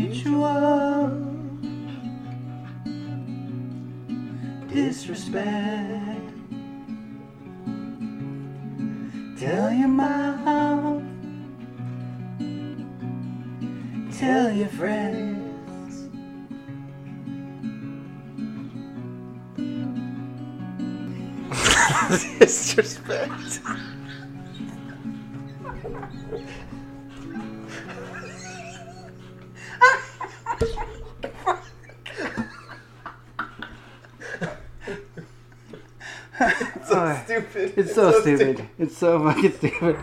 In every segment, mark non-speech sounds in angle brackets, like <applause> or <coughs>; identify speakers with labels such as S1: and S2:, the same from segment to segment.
S1: mutual disrespect. Tell your mom, tell your friends.
S2: Disrespect.
S1: It's so
S2: Stupid.
S1: It's so, stupid. It's so fucking stupid.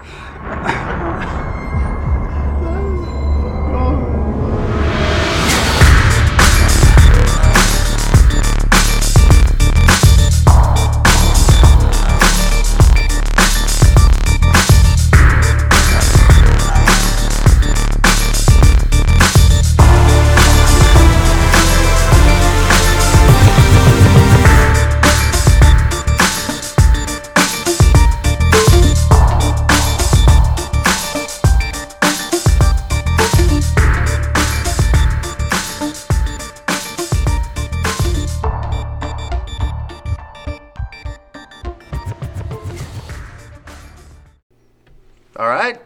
S2: All right.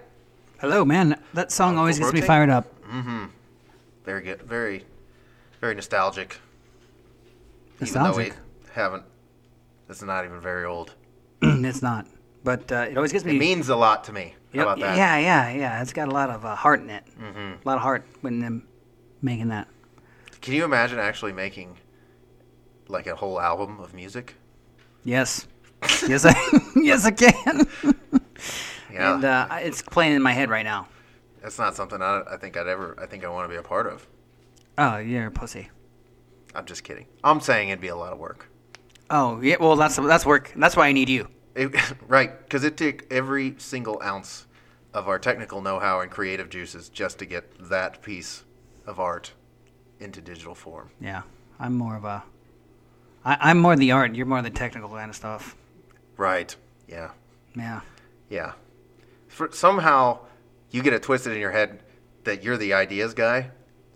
S1: Hello, man. That song always gets me
S2: Rotate?
S1: fired up.
S2: Very good. Very, very nostalgic.
S1: Nostalgic.
S2: Even though we haven't. It's not even very old.
S1: <clears throat> it's not, but uh, it always gets me.
S2: It means a lot to me.
S1: Yep.
S2: How about that? Mm-hmm.
S1: Yeah, yeah, yeah. It's got a lot of uh, heart in it. A lot of heart when them making that.
S2: Can you imagine actually making like a whole album of music?
S1: Yes. yes, I. <laughs> yes, I can.
S2: Yeah.
S1: And uh, I- it's playing in my head right now.
S2: That's not something I, I think I'd ever. I think I want to be a part of.
S1: Oh, you're a pussy.
S2: I'm just kidding. I'm saying it'd be a lot of work. <laughs>
S1: Oh, yeah. Well, that's that's work. That's why I need you.
S2: It, right, because it took every single ounce of our technical know-how and creative juices just to get that piece of art into digital form.
S1: Yeah, I'm more of a. I, I'm more the art. You're more the technical kind of stuff.
S2: Right. Yeah.
S1: Yeah.
S2: Yeah. For, somehow you get it twisted in your head that you're the ideas guy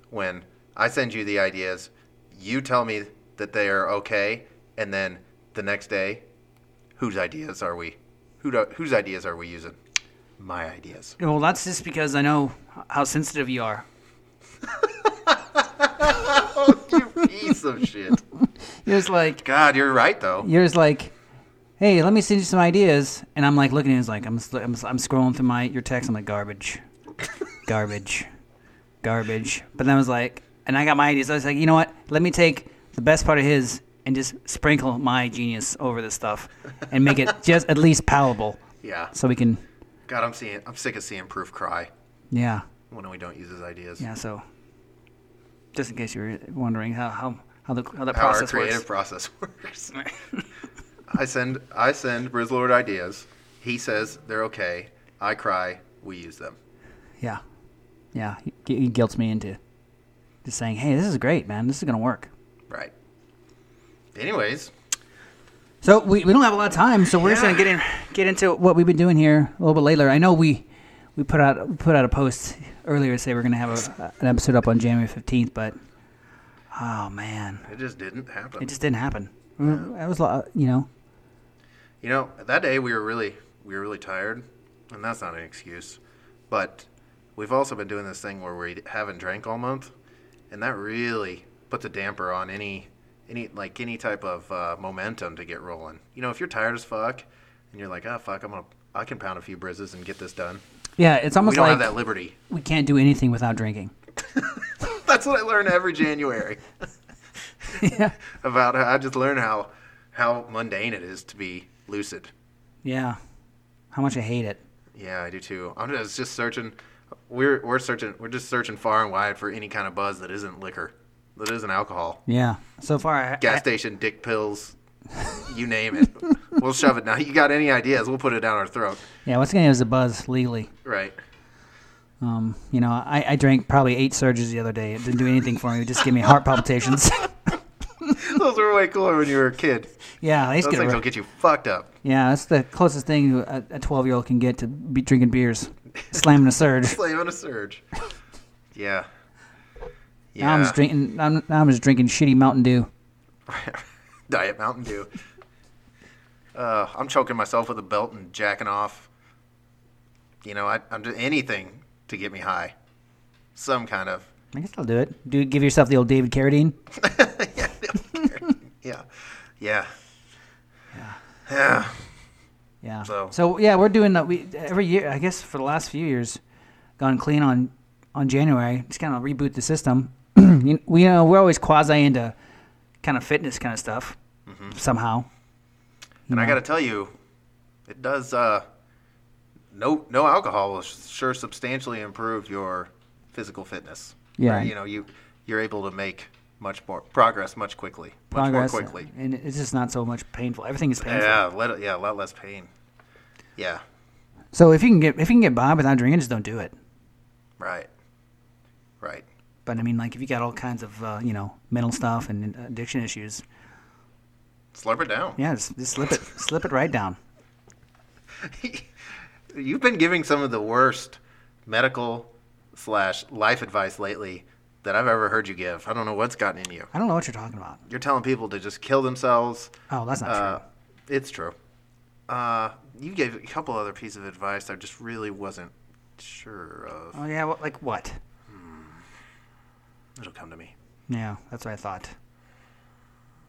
S2: when I send you the ideas, you tell me that they are okay, and then the next day, whose ideas are we? Who do, whose ideas are we using? My ideas. <laughs>
S1: Well, that's just because I know how sensitive you are.
S2: You piece of shit.
S1: You're just like
S2: God, you're right though.
S1: you're just like, hey, let me send you some ideas, and I'm like looking at it, it's like I'm s- I'm, s- I'm scrolling through my your text, I'm like garbage, garbage, garbage. But then I was like, and I got my ideas. I was like, you know what? Let me take the best part of his and just sprinkle my genius over this stuff and make it just at least palatable,
S2: Yeah.
S1: so we can,
S2: God, I'm seeing. I'm sick of seeing proof cry
S1: yeah,
S2: when we don't use his ideas.
S1: yeah. So, just in case you were wondering how how how the how that
S2: How our
S1: process
S2: creative
S1: works.
S2: process <laughs> works.
S1: <laughs>
S2: I send I send Brizzlord ideas. He says they're okay. I cry. We use them.
S1: Yeah. Yeah. He, he guilts me into just saying, hey, this is great, man. This is going to work.
S2: Right. Anyways,
S1: So we, we don't have a lot of time, so we're just gonna
S2: Yeah.
S1: get in get into what we've been doing here a little bit later. I know we we put out put out a post earlier to say we're gonna have a, an episode up on January fifteenth, but oh man,
S2: it just didn't happen.
S1: it just didn't happen.
S2: Mm-hmm.
S1: That was a lot, you know.
S2: you know, that day we were really we were really tired, and that's not an excuse. But we've also been doing this thing where we haven't drank all month, and that really puts a damper on any any like any type of uh, momentum to get rolling. You know, if you're tired as fuck, and you're like, ah, fuck, I'm gonna I can pound a few brizzes and get this done.
S1: Yeah, it's
S2: We
S1: almost
S2: don't
S1: like
S2: have that liberty.
S1: we can't do anything without drinking.
S2: <laughs> That's what I learn every
S1: <laughs>
S2: January. <laughs> About how I just learn how how mundane it is to be lucid.
S1: Yeah, how much I hate it.
S2: Yeah, I do too. I'm just, just searching. We're we're searching. We're just searching far and wide for any kind of buzz that isn't liquor, that isn't alcohol,
S1: Yeah. So far, I,
S2: gas station,
S1: <laughs>
S2: dick pills, you name it. we'll shove it. Now you got any ideas? We'll put it down our throat.
S1: yeah, what's gonna is a buzz legally.
S2: Right.
S1: Um, you know, I, I drank probably eight surges the other day. It didn't do anything for me. It just gave me heart
S2: <laughs>
S1: palpitations.
S2: Those were way cooler when you were a kid.
S1: yeah, they just
S2: Those
S1: get
S2: things will
S1: ri-
S2: get you fucked up.
S1: yeah, that's the closest thing a a twelve year old can get to be
S2: <laughs>
S1: drinking beers, slamming a surge.
S2: Slave on a surge. Yeah.
S1: Now I'm just drinking. I'm, now I'm just drinking shitty Mountain Dew.
S2: <laughs> Diet Mountain Dew. Uh, I'm choking myself with a belt and jacking off. You know, I, I'm just anything to get me high. Some kind of
S1: I guess I'll do it. Do give yourself the old David Carradine.
S2: yeah, yeah, yeah.
S1: Yeah.
S2: So-
S1: So, yeah, we're doing that. We every year, I guess, for the last few years, gone clean on on January. Just kind of reboot the system. <clears throat> you, we you know we're always quasi into kind of fitness kind of stuff
S2: Mm-hmm.
S1: somehow.
S2: And I got to tell you, it does. Uh, no, no alcohol will sure substantially improve your physical fitness.
S1: Yeah.
S2: Right? You know, you you're able to make much more progress much quickly, much
S1: progress,
S2: more quickly.
S1: and it's just not so much painful. Everything is painful.
S2: Yeah, let it, yeah, a lot less pain. Yeah,
S1: So if you can get if you can get by without drinking, just don't do it.
S2: right, right.
S1: But I mean, like if you got all kinds of uh, you know mental stuff and addiction issues,
S2: Slurp it down.
S1: yeah, just, just slip it <laughs> slip it right down.
S2: <laughs> You've been giving some of the worst medical slash life advice lately that I've ever heard you give. I don't know what's gotten in you.
S1: I don't know what you're talking about.
S2: You're telling people to just kill themselves.
S1: Oh, that's not
S2: Uh,
S1: true.
S2: it's true. Uh, you gave a couple other pieces of advice I just really wasn't sure of.
S1: Oh yeah, well, like what?
S2: It'll come to me.
S1: Yeah, that's what I thought.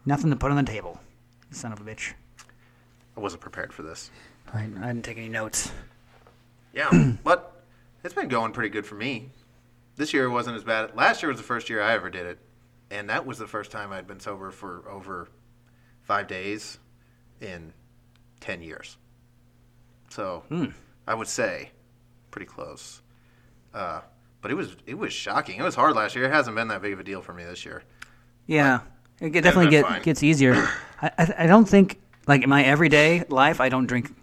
S1: Nothing to put on the table, you son of a bitch.
S2: I wasn't prepared for this.
S1: I, I didn't take any notes. <clears throat>
S2: Yeah, but it's been going pretty good for me. This year wasn't as bad. Last year was the first year I ever did it, and that was the first time I'd been sober for over five days in ten years. So
S1: Hmm.
S2: I would say pretty close. Uh, but it was it was shocking. It was hard last year. It hasn't been that big of a deal for me this year.
S1: Yeah, it get- definitely
S2: that's
S1: get,
S2: fine.
S1: gets
S2: <coughs>
S1: easier. I, I I don't think like in my everyday life I don't drink.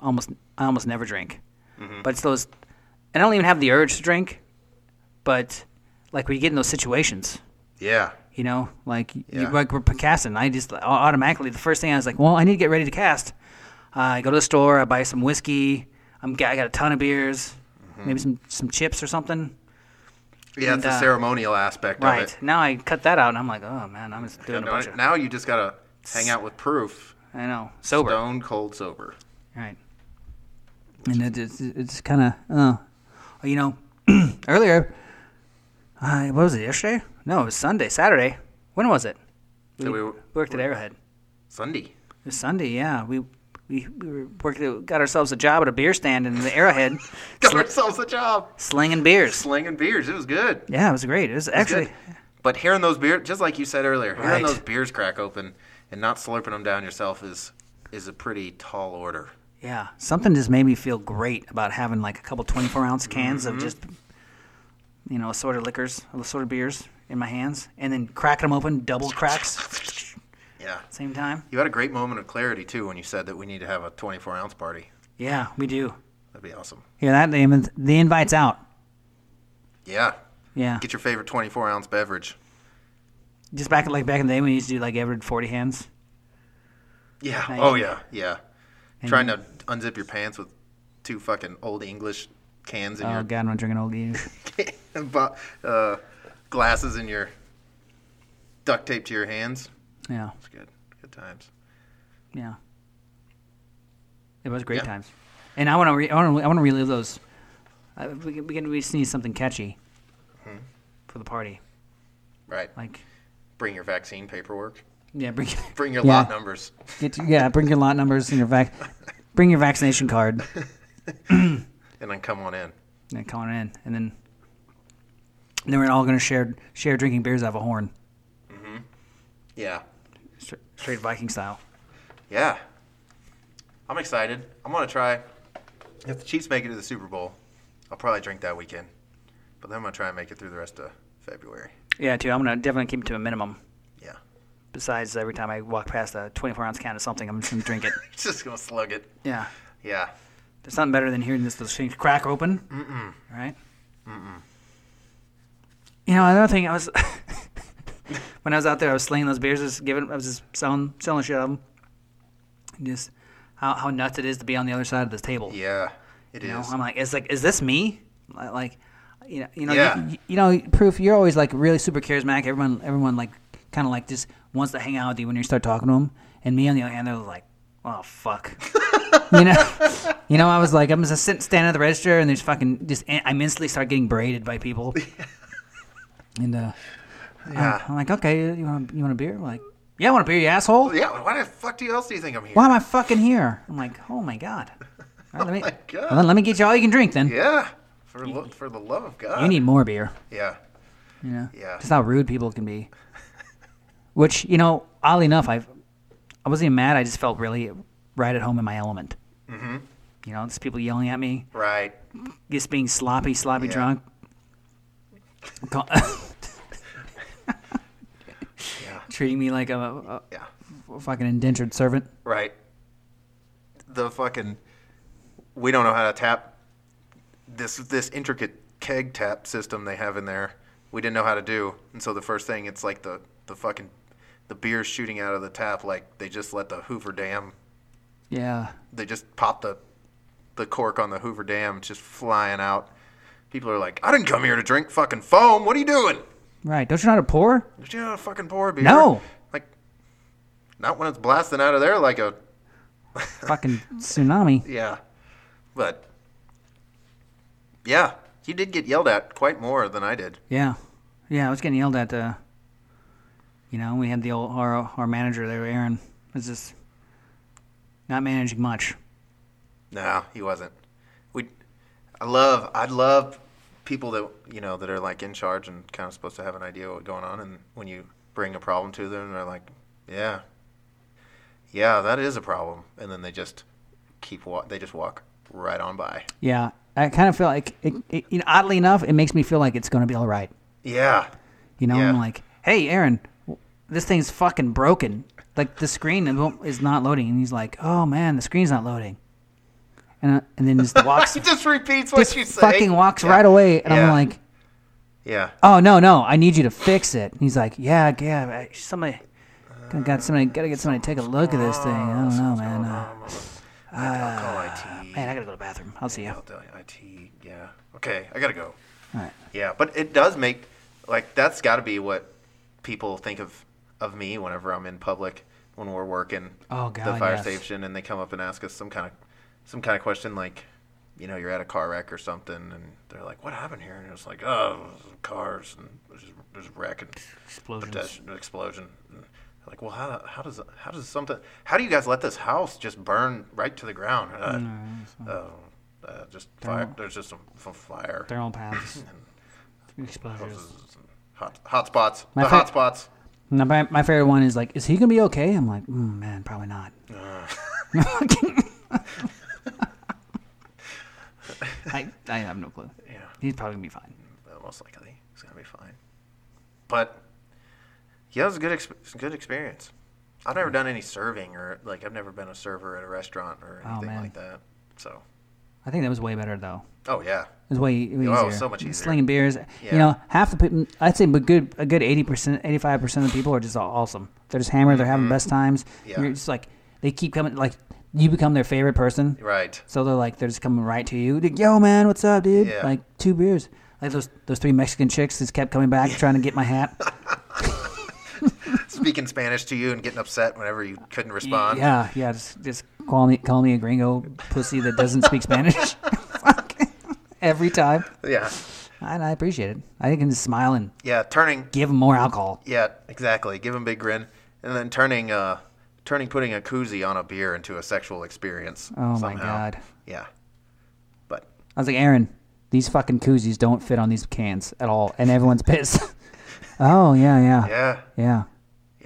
S1: Almost I almost never drink,
S2: Mm-hmm.
S1: but it's those. and I don't even have the urge to drink, but like when you get in those situations,
S2: Yeah,
S1: you know, like you-
S2: Yeah.
S1: like we're casting. I just au- automatically the first thing I was like, well, I need to get ready to cast. Uh, I go to the store, I buy some whiskey. I'm ga- I got a ton of beers,
S2: Mm-hmm.
S1: maybe some some chips or something.
S2: yeah.
S1: And,
S2: it's the
S1: uh,
S2: ceremonial aspect
S1: Right
S2: of it.
S1: now, I cut that out, and I'm like, oh man, I'm just doing a bunch
S2: Now,
S1: of.
S2: now you just gotta hang out with proof,
S1: I know, sober.
S2: stone cold sober.
S1: Right. And it, it's it's kind of, uh, you know, <clears throat> earlier, uh, what was it, yesterday? No, it was Sunday, Saturday. When was it? Mm.
S2: So we were-
S1: worked at Arrowhead. It
S2: Sunday.
S1: was Sunday, yeah. We we, we were worked, at- got ourselves a job at a beer stand in the <laughs> Arrowhead,
S2: Got
S1: sl-
S2: ourselves a job.
S1: slinging beers.
S2: slinging beers. It was good. It was
S1: Yeah, it was great. It was actually,
S2: good. But hearing those beers, just like you said earlier, hearing
S1: Right.
S2: those beers crack open and not slurping them down yourself is is a pretty tall order.
S1: yeah, something just made me feel great about having like a couple 24 ounce cans of just, you know, assorted liquors, assorted beers in my hands, and then cracking them open, double cracks.
S2: Yeah.
S1: same time?
S2: You had a great moment of clarity too when you said that we need to have a 24 ounce party.
S1: Yeah, we do.
S2: That'd be awesome.
S1: Hear that? The, inv- the invite's out.
S2: Yeah.
S1: Yeah.
S2: Get your favorite 24 ounce beverage.
S1: Just back like back in the day when you used to do like every forty hands.
S2: Yeah.
S1: Nice.
S2: Oh yeah. Yeah. Trying to unzip your pants with two fucking old English cans in
S1: Oh
S2: your
S1: god, I'm drinking old English.
S2: <laughs> bo- uh, glasses in your duct tape to your hands.
S1: <laughs> Yeah,
S2: It's good. Good times.
S1: yeah. It was great
S2: Yeah.
S1: times, and I want to re- I want to I want to relive those. Uh, we can, we can we just need something catchy Hmm. for the party.
S2: Right.
S1: Like
S2: Bring your vaccine paperwork.
S1: yeah, bring
S2: Bring your
S1: yeah,
S2: lot numbers.
S1: <laughs>
S2: <laughs>
S1: Get your- yeah, bring your lot numbers and your vac. bring your vaccination card
S2: And then come on in.
S1: and call it in, and then then we're all gonna share share drinking beers out of a horn,
S2: Yeah.
S1: Stra- straight Viking style.
S2: Yeah. I'm excited. I'm going to try. If the Chiefs make it to the Super Bowl, I'll probably drink that weekend. But then I'm going to try and make it through the rest of February.
S1: Yeah, too. I'm gonna definitely keep it to a minimum.
S2: Yeah. <laughs>
S1: Besides, every time I walk past a 24 ounce can of something, I'm just gonna drink <laughs> it.
S2: Just going to slug it.
S1: Yeah,
S2: Yeah.
S1: there's nothing better than hearing this those things crack open. Mm-mm. Right. Mm-mm. You know, another thing I was <laughs> when I was out there, I was slinging those beers, just giving, I was just selling, selling shit of them. And just how how nuts it is to be on the other side of this table.
S2: Yeah. It is.
S1: You know, I'm like, it's like, is this me? Like, you know, you know,
S2: Yeah.
S1: you, you know, proof. You're always like really super charismatic. Everyone, everyone like kind of like just wants to hang out with you when you start talking to them. And me on the other hand, I was like, oh
S2: <laughs>
S1: fuck, you know, you know. I was like, I'm just sitting standing at the register, and there's fucking just I instantly start getting berated by
S2: <laughs>
S1: people. and uh,
S2: Yeah.
S1: I'm like, okay, you want you want a beer? I'm like, yeah, I want a beer, you
S2: <laughs>
S1: asshole.
S2: yeah. Why the fuck do you else do you think I'm here?
S1: Why am I fucking here? I'm like, oh my god. All right, let
S2: <laughs>
S1: me,
S2: Oh my God.
S1: well, let me get you all you can drink then.
S2: Yeah. For lo- for the love of God.
S1: You need more beer.
S2: yeah.
S1: You know,
S2: Yeah.
S1: just how rude people can be. Which you know, oddly enough, I I wasn't even mad. I just felt really right at home in my element. Mm-hmm. You know, just people yelling at me,
S2: Right.
S1: just being sloppy, sloppy
S2: Yeah.
S1: drunk. Call- <laughs>
S2: Yeah.
S1: Treating me like a,
S2: Yeah.
S1: a fucking indentured servant.
S2: Right. The fucking we don't know how to tap this this intricate keg tap system they have in there. We didn't know how to do. And so the first thing it's like the the fucking the beer shooting out of the tap like they just let the Hoover Dam
S1: Yeah,
S2: they just pop the the cork on the Hoover Dam just flying out. People are like, I didn't come here to drink fucking foam. What are you doing?
S1: right. Don't you know how to
S2: <laughs>
S1: pour?
S2: Did you know how to fucking pour beer?
S1: No.
S2: Like, not when it's blasting out of there like a
S1: fucking tsunami.
S2: yeah. But yeah, you did get yelled at quite more than I did.
S1: Yeah, yeah. I was getting yelled at. Uh, you know, we had the old our our manager there, Aaron, was just not managing much.
S2: No, he wasn't. We, I love, I love people that you know that are like in charge and kind of supposed to have an idea what's going on. And when you bring a problem to them, they're like, "Yeah, yeah, that is a problem," and then they just keep walk. They just walk right on by.
S1: Yeah, I kind of feel like, it, it, you know, oddly enough, it makes me feel like it's going to be all right.
S2: Yeah,
S1: You know, I'm
S2: Yeah.
S1: like, hey, Aaron, w- this thing's fucking broken. Like the screen is won't- is not loading, and he's like, oh man, the screen's not loading, and uh, and then
S2: <laughs>
S1: just walks,
S2: he just repeats what
S1: just
S2: you say.
S1: fucking walks
S2: Yeah.
S1: right away, and I'm
S2: Yeah.
S1: like,
S2: Yeah,
S1: oh no no i need you to fix it he's like yeah yeah I- somebody gotta, got somebody gotta get somebody to take a look at this thing i don't know man uh,
S2: I'll call IT.
S1: man i gotta go to the bathroom i'll see you
S2: I'll tell you, IT. Yeah. Okay, I gotta go.
S1: Alright.
S2: Yeah, but it does make like that's got to be what people think of of me whenever I'm in public when we're working
S1: Oh,
S2: the
S1: God,
S2: fire
S1: yes.
S2: station and they come up and ask us some kind of some kind of question like you know you're at a car wreck or something and they're like what happened here and it's like oh cars and there's there's a wreck and
S1: Explosions.
S2: pedestrian explosion And they're like well how how does how does something how do you guys let this house just burn right to the ground uh, uh, uh, just fire, there's just some, some fire
S1: thermal paths explosions
S2: hot hot spots
S1: My
S2: the
S1: fa-
S2: hot spots
S1: now my, my favorite one is like is he gonna be okay i'm like mm, man probably not <laughs> I, I have no clue
S2: yeah
S1: he's probably gonna be fine
S2: uh, most likely it's gonna be fine. But yeah, it was a good exp- it's a good experience. I've never done any serving or like I've never been a server at a restaurant or
S1: Oh,
S2: anything
S1: man.
S2: like that. So
S1: i think that was way better though
S2: oh yeah,
S1: It's way, way
S2: Oh,
S1: easier.
S2: so much easier.
S1: Slinging beers, you
S2: Yeah.
S1: know, half the people. I'd say, but good, a good eighty percent, eighty-five percent of the people are just all awesome. They're just hammered. They're having best times.
S2: Mm-hmm. Yeah.
S1: You're just like they keep coming. Like you become their favorite person.
S2: right.
S1: So they're like they're just coming right to you. Like, Yo, man, what's up, dude?
S2: Yeah.
S1: Like two beers. Like those those three Mexican chicks just kept coming back trying to get my
S2: <laughs>
S1: hat.
S2: Speaking Spanish to you and getting upset whenever you couldn't respond.
S1: Yeah, yeah. Just just call me call me a gringo pussy that doesn't speak
S2: <laughs>
S1: Spanish. Every time,
S2: yeah,
S1: and I appreciate it. I can just smile and
S2: yeah. Turning
S1: give them more alcohol.
S2: Yeah, exactly. Give him a big grin, and then turning, uh, turning, putting a koozie on a beer into a sexual experience.
S1: Oh, my
S2: somehow.
S1: God.
S2: Yeah, but
S1: I was like, Aaron, these fucking koozies don't fit on these cans at all, and everyone's pissed. <laughs> oh yeah, yeah, yeah,
S2: yeah,
S1: yeah.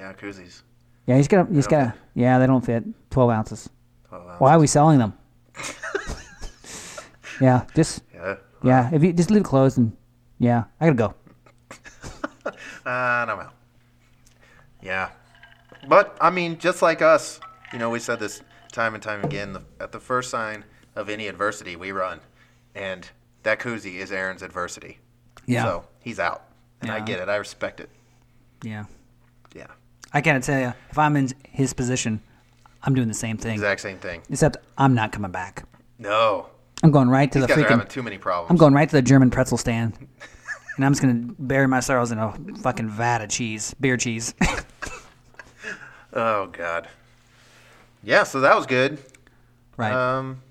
S2: yeah, koozies.
S1: he's gonna, he's
S2: don't
S1: gonna. Yeah, they don't fit. Twelve ounces.
S2: Twelve ounce.
S1: Why are we selling
S2: <laughs>
S1: them? yeah, just
S2: Yeah.
S1: yeah. If you just leave it closed and yeah, I gotta go.
S2: Uh, no, well. Yeah. But, I mean, just like us, you know, we said this time and time again the, at the first sign of any adversity, we run. And that koozie is Aaron's adversity.
S1: Yeah,
S2: So he's out. And I
S1: Yeah.
S2: get it. I respect it.
S1: yeah.
S2: Yeah.
S1: I gotta tell you, if I'm in his position, I'm doing the same thing.
S2: Exact same thing.
S1: Except I'm not coming back.
S2: No.
S1: I'm going right to
S2: These
S1: the
S2: guys are having
S1: freaking.
S2: too many problems.
S1: I'm going right to the German pretzel stand, and I'm just gonna bury my sorrows in a fucking vat of cheese, beer cheese. <laughs>
S2: Oh God. Yeah, so that was good.
S1: right.
S2: Um,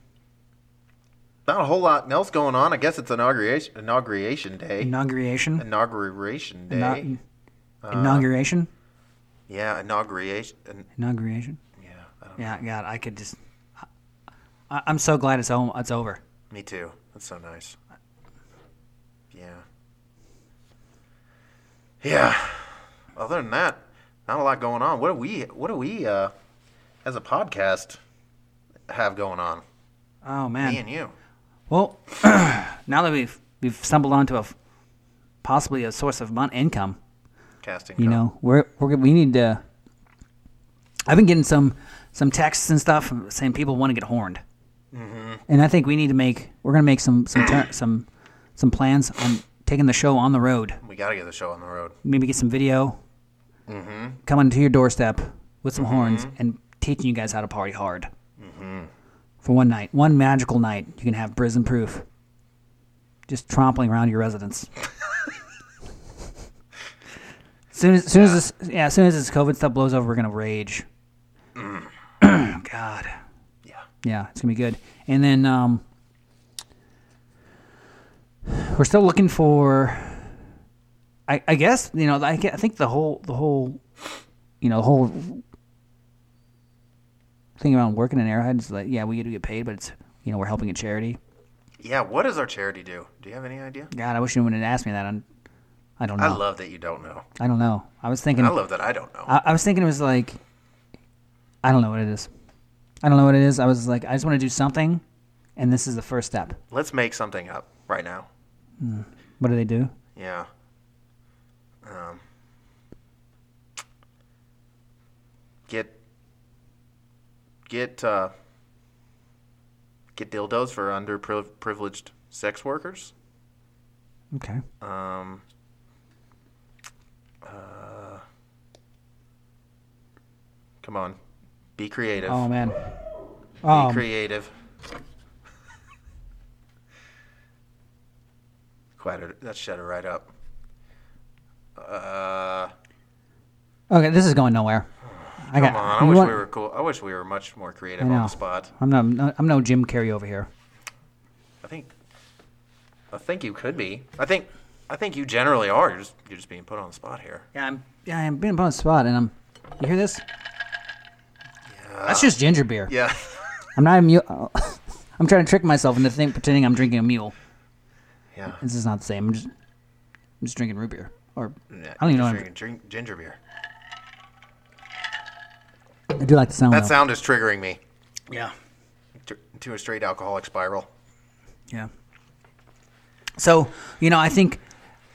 S2: not a whole lot else going on. I guess it's inauguration inauguration day.
S1: inauguration.
S2: Inauguration day.
S1: Inau- inauguration.
S2: yeah, inauguration. in-
S1: Inauguration.
S2: Yeah, I don't,
S1: Yeah, God, I could just. I, I'm so glad it's home. It's over.
S2: me too. That's so nice. Yeah. Yeah. Other than that, not a lot going on. What do we? What do we? Uh, as a podcast, have going on?
S1: Oh man.
S2: Me and you.
S1: Well, <clears throat> now that we've we've stumbled onto a f- possibly a source of mon- income,
S2: Casting.
S1: you know, we're we're gonna- we need to. I've been getting some some texts and stuff saying people want to get horned, and I think we need to make we're gonna make some some tur some some plans on taking the show on the road.
S2: We gotta get the show on the road.
S1: Maybe get some video coming to your doorstep with some horns and teaching you guys how to party hard for one night, one magical night. You can have prison proof, just trampling around your residence. soon as soon as this yeah, as soon as this COVID stuff blows over, we're gonna rage. <clears throat> God,
S2: Yeah.
S1: yeah, it's gonna be good. And then um, we're still looking for. I, I guess you know I, ge- I think the whole the whole you know the whole thing around working in Arrowhead is like yeah we get to get paid but it's you know we're helping a charity.
S2: Yeah, what does our charity do? Do you have any idea?
S1: God, I wish you wouldn't have asked me that. I'm, I don't know.
S2: I love that you don't know.
S1: I don't know. I was thinking.
S2: I
S1: I,
S2: love that I don't know.
S1: I was thinking it was like. I don't know what it is. I don't know what it is. I was like, I just want to do something, and this is the first step.
S2: Let's make something up right now.
S1: What do they do?
S2: Yeah. Um, get get uh, get dildos for underprivileged sex workers.
S1: Okay.
S2: Um, uh, come on, be creative.
S1: Oh man.
S2: Be
S1: Oh,
S2: creative. Quite a, that shut her right up. Uh,
S1: okay. This is going nowhere. I
S2: come
S1: got.
S2: on, I
S1: you
S2: wish
S1: want-
S2: we were cool. I wish we were much more creative
S1: I
S2: on
S1: know.
S2: the spot.
S1: I'm no, no. I'm no Jim Carrey over here.
S2: I think, I think you could be. I think, I think you generally are. You're just, you're just being put on the spot here.
S1: Yeah, I'm. Yeah, I'm being put on the spot, and I'm. You hear this? That's just ginger beer.
S2: Yeah,
S1: I'm not a mule. <laughs> I'm trying to trick myself into think, pretending I'm drinking a mule.
S2: yeah.
S1: This is not the same. I'm just, I'm just drinking root beer. Or
S2: <laughs> Yeah,
S1: I don't even know.
S2: just
S1: what I'm,
S2: Drinking drink ginger beer.
S1: I do like the sound.
S2: That
S1: though.
S2: sound is triggering me
S1: yeah.
S2: to, to a straight alcoholic spiral.
S1: Yeah. So you know, I think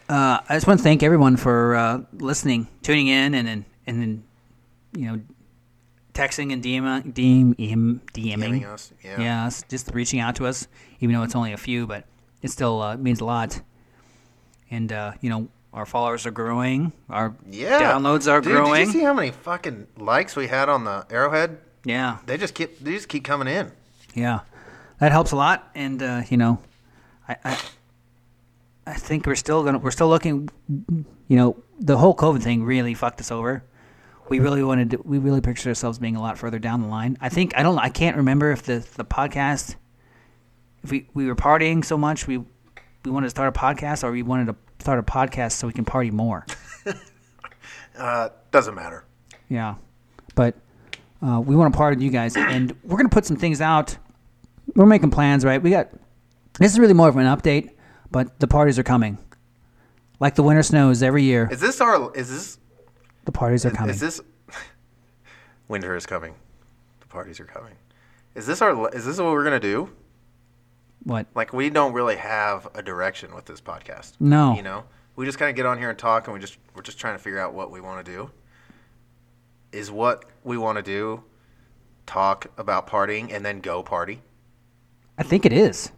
S1: uh, I just want to thank everyone for uh, listening, tuning in, and then and then you know, texting and DM, DM, DMing,
S2: Giving us, yeah.
S1: yeah, it's just reaching out to us, even though it's only a few, but it still uh, means a lot. And uh, you know, our followers are growing. Our
S2: Yeah.
S1: downloads are
S2: Dude, Did
S1: growing.
S2: you see how many fucking likes we had on the Arrowhead?
S1: yeah,
S2: They just keep they just keep coming in.
S1: yeah, that helps a lot. And uh, you know, I, I I think we're still gonna we're still looking. You know, the whole COVID thing really fucked us over. We really wanted to, we really pictured ourselves being a lot further down the line. I think I don't I can't remember if the the podcast if we we were partying so much we we wanted to start a podcast or we wanted to start a podcast so we can party more.
S2: Uh, doesn't matter.
S1: Yeah, but uh, we want to part with you guys, and we're gonna put some things out. We're making plans, right? We got this is really more of an update, but the parties are coming. Like the winter snows every year,
S2: Is this our? Is this?
S1: the parties are coming.
S2: Is this? <laughs> Winter is coming. The parties are coming. Is this our? Is this what we're gonna do?
S1: what?
S2: Like we don't really have a direction with this podcast.
S1: No.
S2: You know, we just kind of get on here and talk, and we just we're just trying to figure out what we want to do. Is what we want to do? Talk about partying and then go party.
S1: I think it is.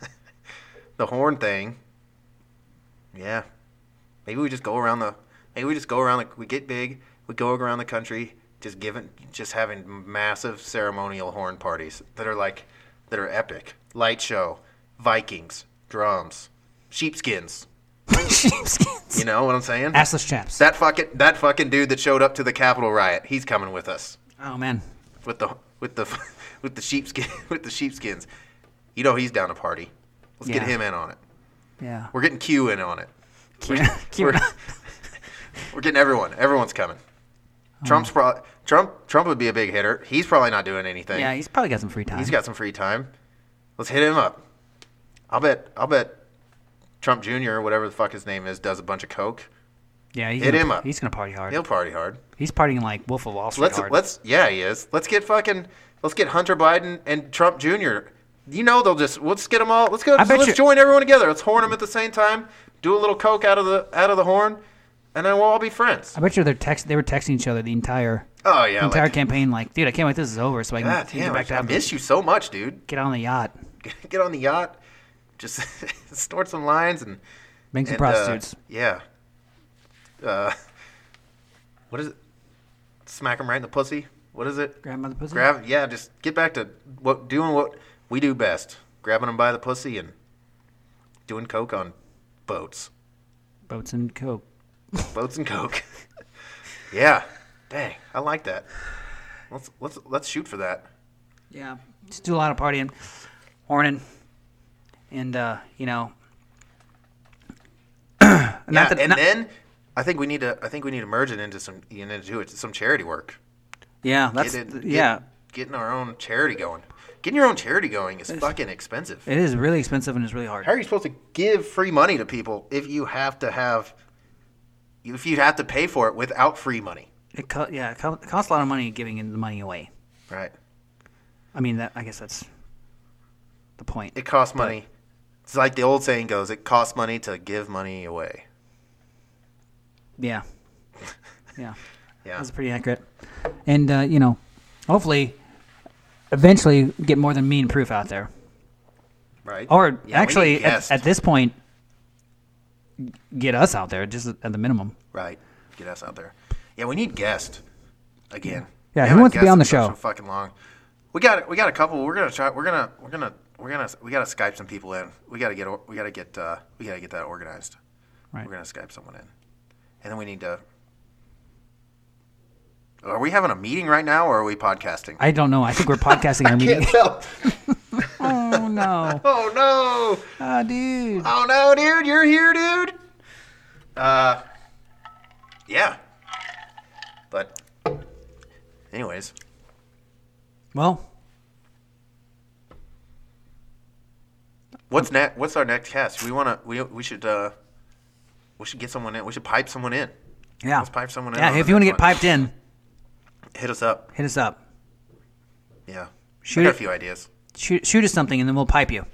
S1: <laughs>
S2: the horn thing. Yeah, maybe we just go around the. Maybe we just go around the. We get big. We go around the country, just giving, just having massive ceremonial horn parties that are like, that are epic. Light show, Vikings, drums, sheepskins.
S1: Sheepskins.
S2: You know what I'm saying?
S1: Assless chaps.
S2: That fucking that fucking dude that showed up to the Capitol riot. He's coming with us
S1: oh man.
S2: with the with the <laughs> with the sheepskin <laughs> with the sheepskins. You know he's down to party. Let's get
S1: Yeah.
S2: him in on it.
S1: Yeah.
S2: We're getting Q in on it.
S1: Keep, <laughs> keep
S2: We're, <laughs>
S1: it
S2: we're getting everyone. Everyone's coming.
S1: Oh.
S2: Trump's pro- Trump Trump would be a big hitter. He's probably not doing anything.
S1: Yeah, he's probably got some free time.
S2: He's got some free time. Let's hit him up. I'll bet. I'll bet. Trump Jr. or whatever the fuck his name is does a bunch of coke.
S1: yeah, he's
S2: hit
S1: gonna,
S2: him up.
S1: He's gonna party hard.
S2: He'll party hard.
S1: He's partying like Wolf of Wall Street
S2: Let's
S1: hard.
S2: let's yeah he is. Let's get fucking. Let's get Hunter Biden and Trump Jr. You know they'll just let's get them all. Let's go.
S1: I bet
S2: let's
S1: you-
S2: join everyone together. Let's horn them at the same time. Do a little coke out of the out of the horn, and then we'll all be friends.
S1: I bet you they're text. They were texting each other the entire
S2: Oh yeah.
S1: entire
S2: like,
S1: campaign. Like, dude, I can't wait. This is over, so I can
S2: God
S1: get
S2: damn,
S1: back to
S2: I, I
S1: having-
S2: miss you so much, dude.
S1: get on the yacht,
S2: <laughs> Get on the yacht, just <laughs> snort some lines and
S1: bang some
S2: uh,
S1: prostitutes.
S2: yeah. Uh, what is it? Smack him right in the pussy. What is it?
S1: Grandmother pussy.
S2: Grab. Yeah, just get back to what doing what we do best: grabbing them by the pussy and doing coke on boats,
S1: boats and coke.
S2: boats and coke. <laughs> yeah, dang, I like that. Let's let's let's shoot for that.
S1: Yeah, just do a lot of partying, horning, and uh, you know.
S2: Yeah,
S1: not that,
S2: and
S1: not-
S2: then I think we need to I think we need to merge it into some you know, do it some charity work.
S1: yeah, that's
S2: Get it- get-
S1: yeah.
S2: getting our own charity going. Getting your own charity going is fucking expensive.
S1: It is really expensive and it's really hard.
S2: How are you supposed to give free money to people if you have to have if you have to pay for it without free money?
S1: It co- yeah, it, co- it costs a lot of money giving the money away.
S2: Right.
S1: I mean, that I guess that's the point.
S2: It costs money. It's like the old saying goes, it costs money to give money away. <laughs>
S1: Yeah, yeah.
S2: Yeah.
S1: That's pretty accurate. And uh, you know, hopefully, eventually get more than mean proof out there.
S2: Right.
S1: Or
S2: Yeah, we need
S1: actually, at,
S2: guests.
S1: at this point, get us out there just at the minimum.
S2: right. Get us out there. Yeah, we need guests again.
S1: Yeah,
S2: Damn
S1: who
S2: it,
S1: wants to be
S2: guests
S1: on the
S2: have been
S1: show?
S2: So fucking long. We got we got a couple. We're gonna try. We're gonna we're gonna we're gonna we gotta Skype some people in. We gotta get or- we gotta get uh, we gotta get that organized.
S1: Right.
S2: We're gonna Skype someone in, and then we need to. Are we having a meeting right now, or are
S1: <laughs>
S2: we podcasting?
S1: I don't know. I think we're
S2: <laughs>
S1: podcasting our meeting.
S2: tell.
S1: <laughs> Oh no,
S2: Oh no!
S1: oh dude.
S2: Oh no, dude, you're here, dude. Uh, yeah. But, anyways,
S1: Well,
S2: what's next? What's our next cast? We wanna we we should uh, we should get someone in. We should pipe someone in.
S1: yeah.
S2: Let's pipe someone in on
S1: Yeah,
S2: the
S1: if you want to
S2: next
S1: get
S2: one.
S1: piped in,
S2: Hit us up.
S1: hit us up.
S2: Yeah.
S1: Shoot
S2: I got
S1: it.
S2: a few ideas.
S1: Shoot, shoot us something, and then we'll pipe you.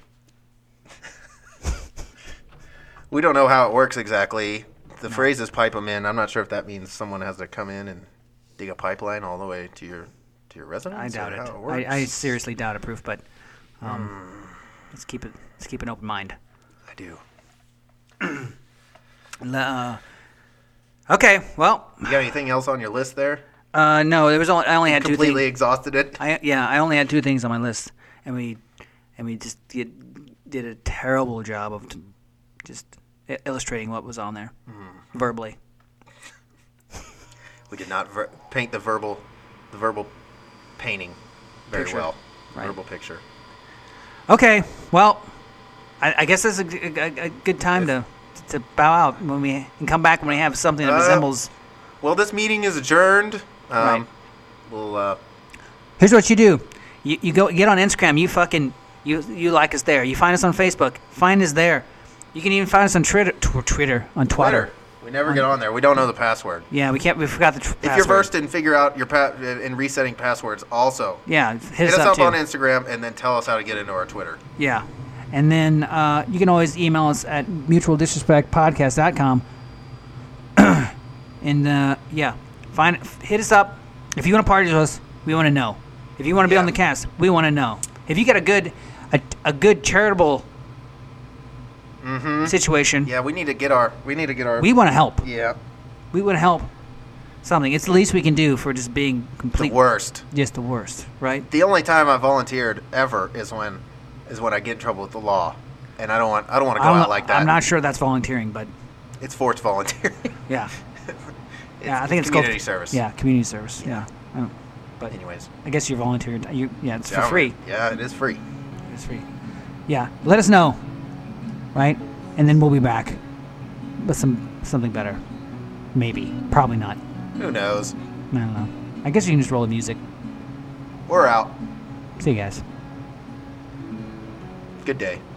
S2: We don't know how it works exactly. The phrase is pipe them in. I'm not sure if that means someone has to come in and dig a pipeline all the way to your to your residence.
S1: I
S2: or
S1: doubt it.
S2: how works. Hmm.
S1: I, I seriously doubt it, proof. But um, let's keep it. Let's keep an open mind.
S2: I do.
S1: Le- Uh, okay, well,
S2: You got anything else on your list there?
S1: uh, no, there was only, I only had two
S2: Completely
S1: things.
S2: exhausted it.
S1: I yeah, I only had two things on my list, and we and we just did, did a terrible job of t- just i- illustrating what was on there
S2: Mm-hmm.
S1: verbally.
S2: We did not ver- paint the verbal, the verbal painting very
S1: Picture.
S2: well.
S1: Right.
S2: Verbal picture.
S1: Okay, well, I, I guess that's a, g- a- a good time to to bow out when we and come back when we have something that
S2: Uh,
S1: resembles.
S2: Well, this meeting is adjourned. Um,
S1: Right.
S2: We'll. Uh,
S1: Here's what you do: you, you go get on Instagram. You fucking you you like us there. You find us on Facebook. Find us there. You can even find us on Twitter, tw- Twitter on Twitter.
S2: Twitter. We never get on there. We don't know the password.
S1: Yeah, we can't. We forgot the tr-
S2: If you're
S1: password.
S2: versed in figure out your pa- uh, in resetting passwords, also
S1: yeah, hit
S2: hit
S1: us
S2: us up
S1: too.
S2: on Instagram and then tell us how to get into our Twitter.
S1: Yeah. And then uh, you can always email us at mutualdisrespectpodcast.com. <coughs> and uh, yeah, find hit us up. If you want to party with us, we want to know. If you want to be
S2: Yeah.
S1: on the cast, we want to know. If you got a good a, a good charitable situation,
S2: Mm-hmm. Yeah, we need to get our we need to get our
S1: we want to help.
S2: yeah
S1: We want to help something. It's the least we can do for just being
S2: the
S1: complete
S2: worst.
S1: just the worst, right?
S2: The only time I volunteered ever is when is when I get in trouble with the law. and I don't want I don't want to go
S1: I'm,
S2: out like that.
S1: I'm not sure that's volunteering, but
S2: It's forced volunteering. <laughs>
S1: yeah,
S2: It's-
S1: yeah. I think
S2: it's
S1: it's
S2: community
S1: called,
S2: service.
S1: Yeah, community service. Yeah. I don't- but
S2: Anyways,
S1: I guess you volunteered. You yeah, it's for
S2: Yeah,
S1: free.
S2: Yeah, it is free.
S1: It's free. Yeah. Let us know, right? And then we'll be back with some something better. Maybe. Probably not.
S2: Who knows?
S1: I don't know. I guess you can just roll the music.
S2: We're out.
S1: See you guys.
S2: Good day.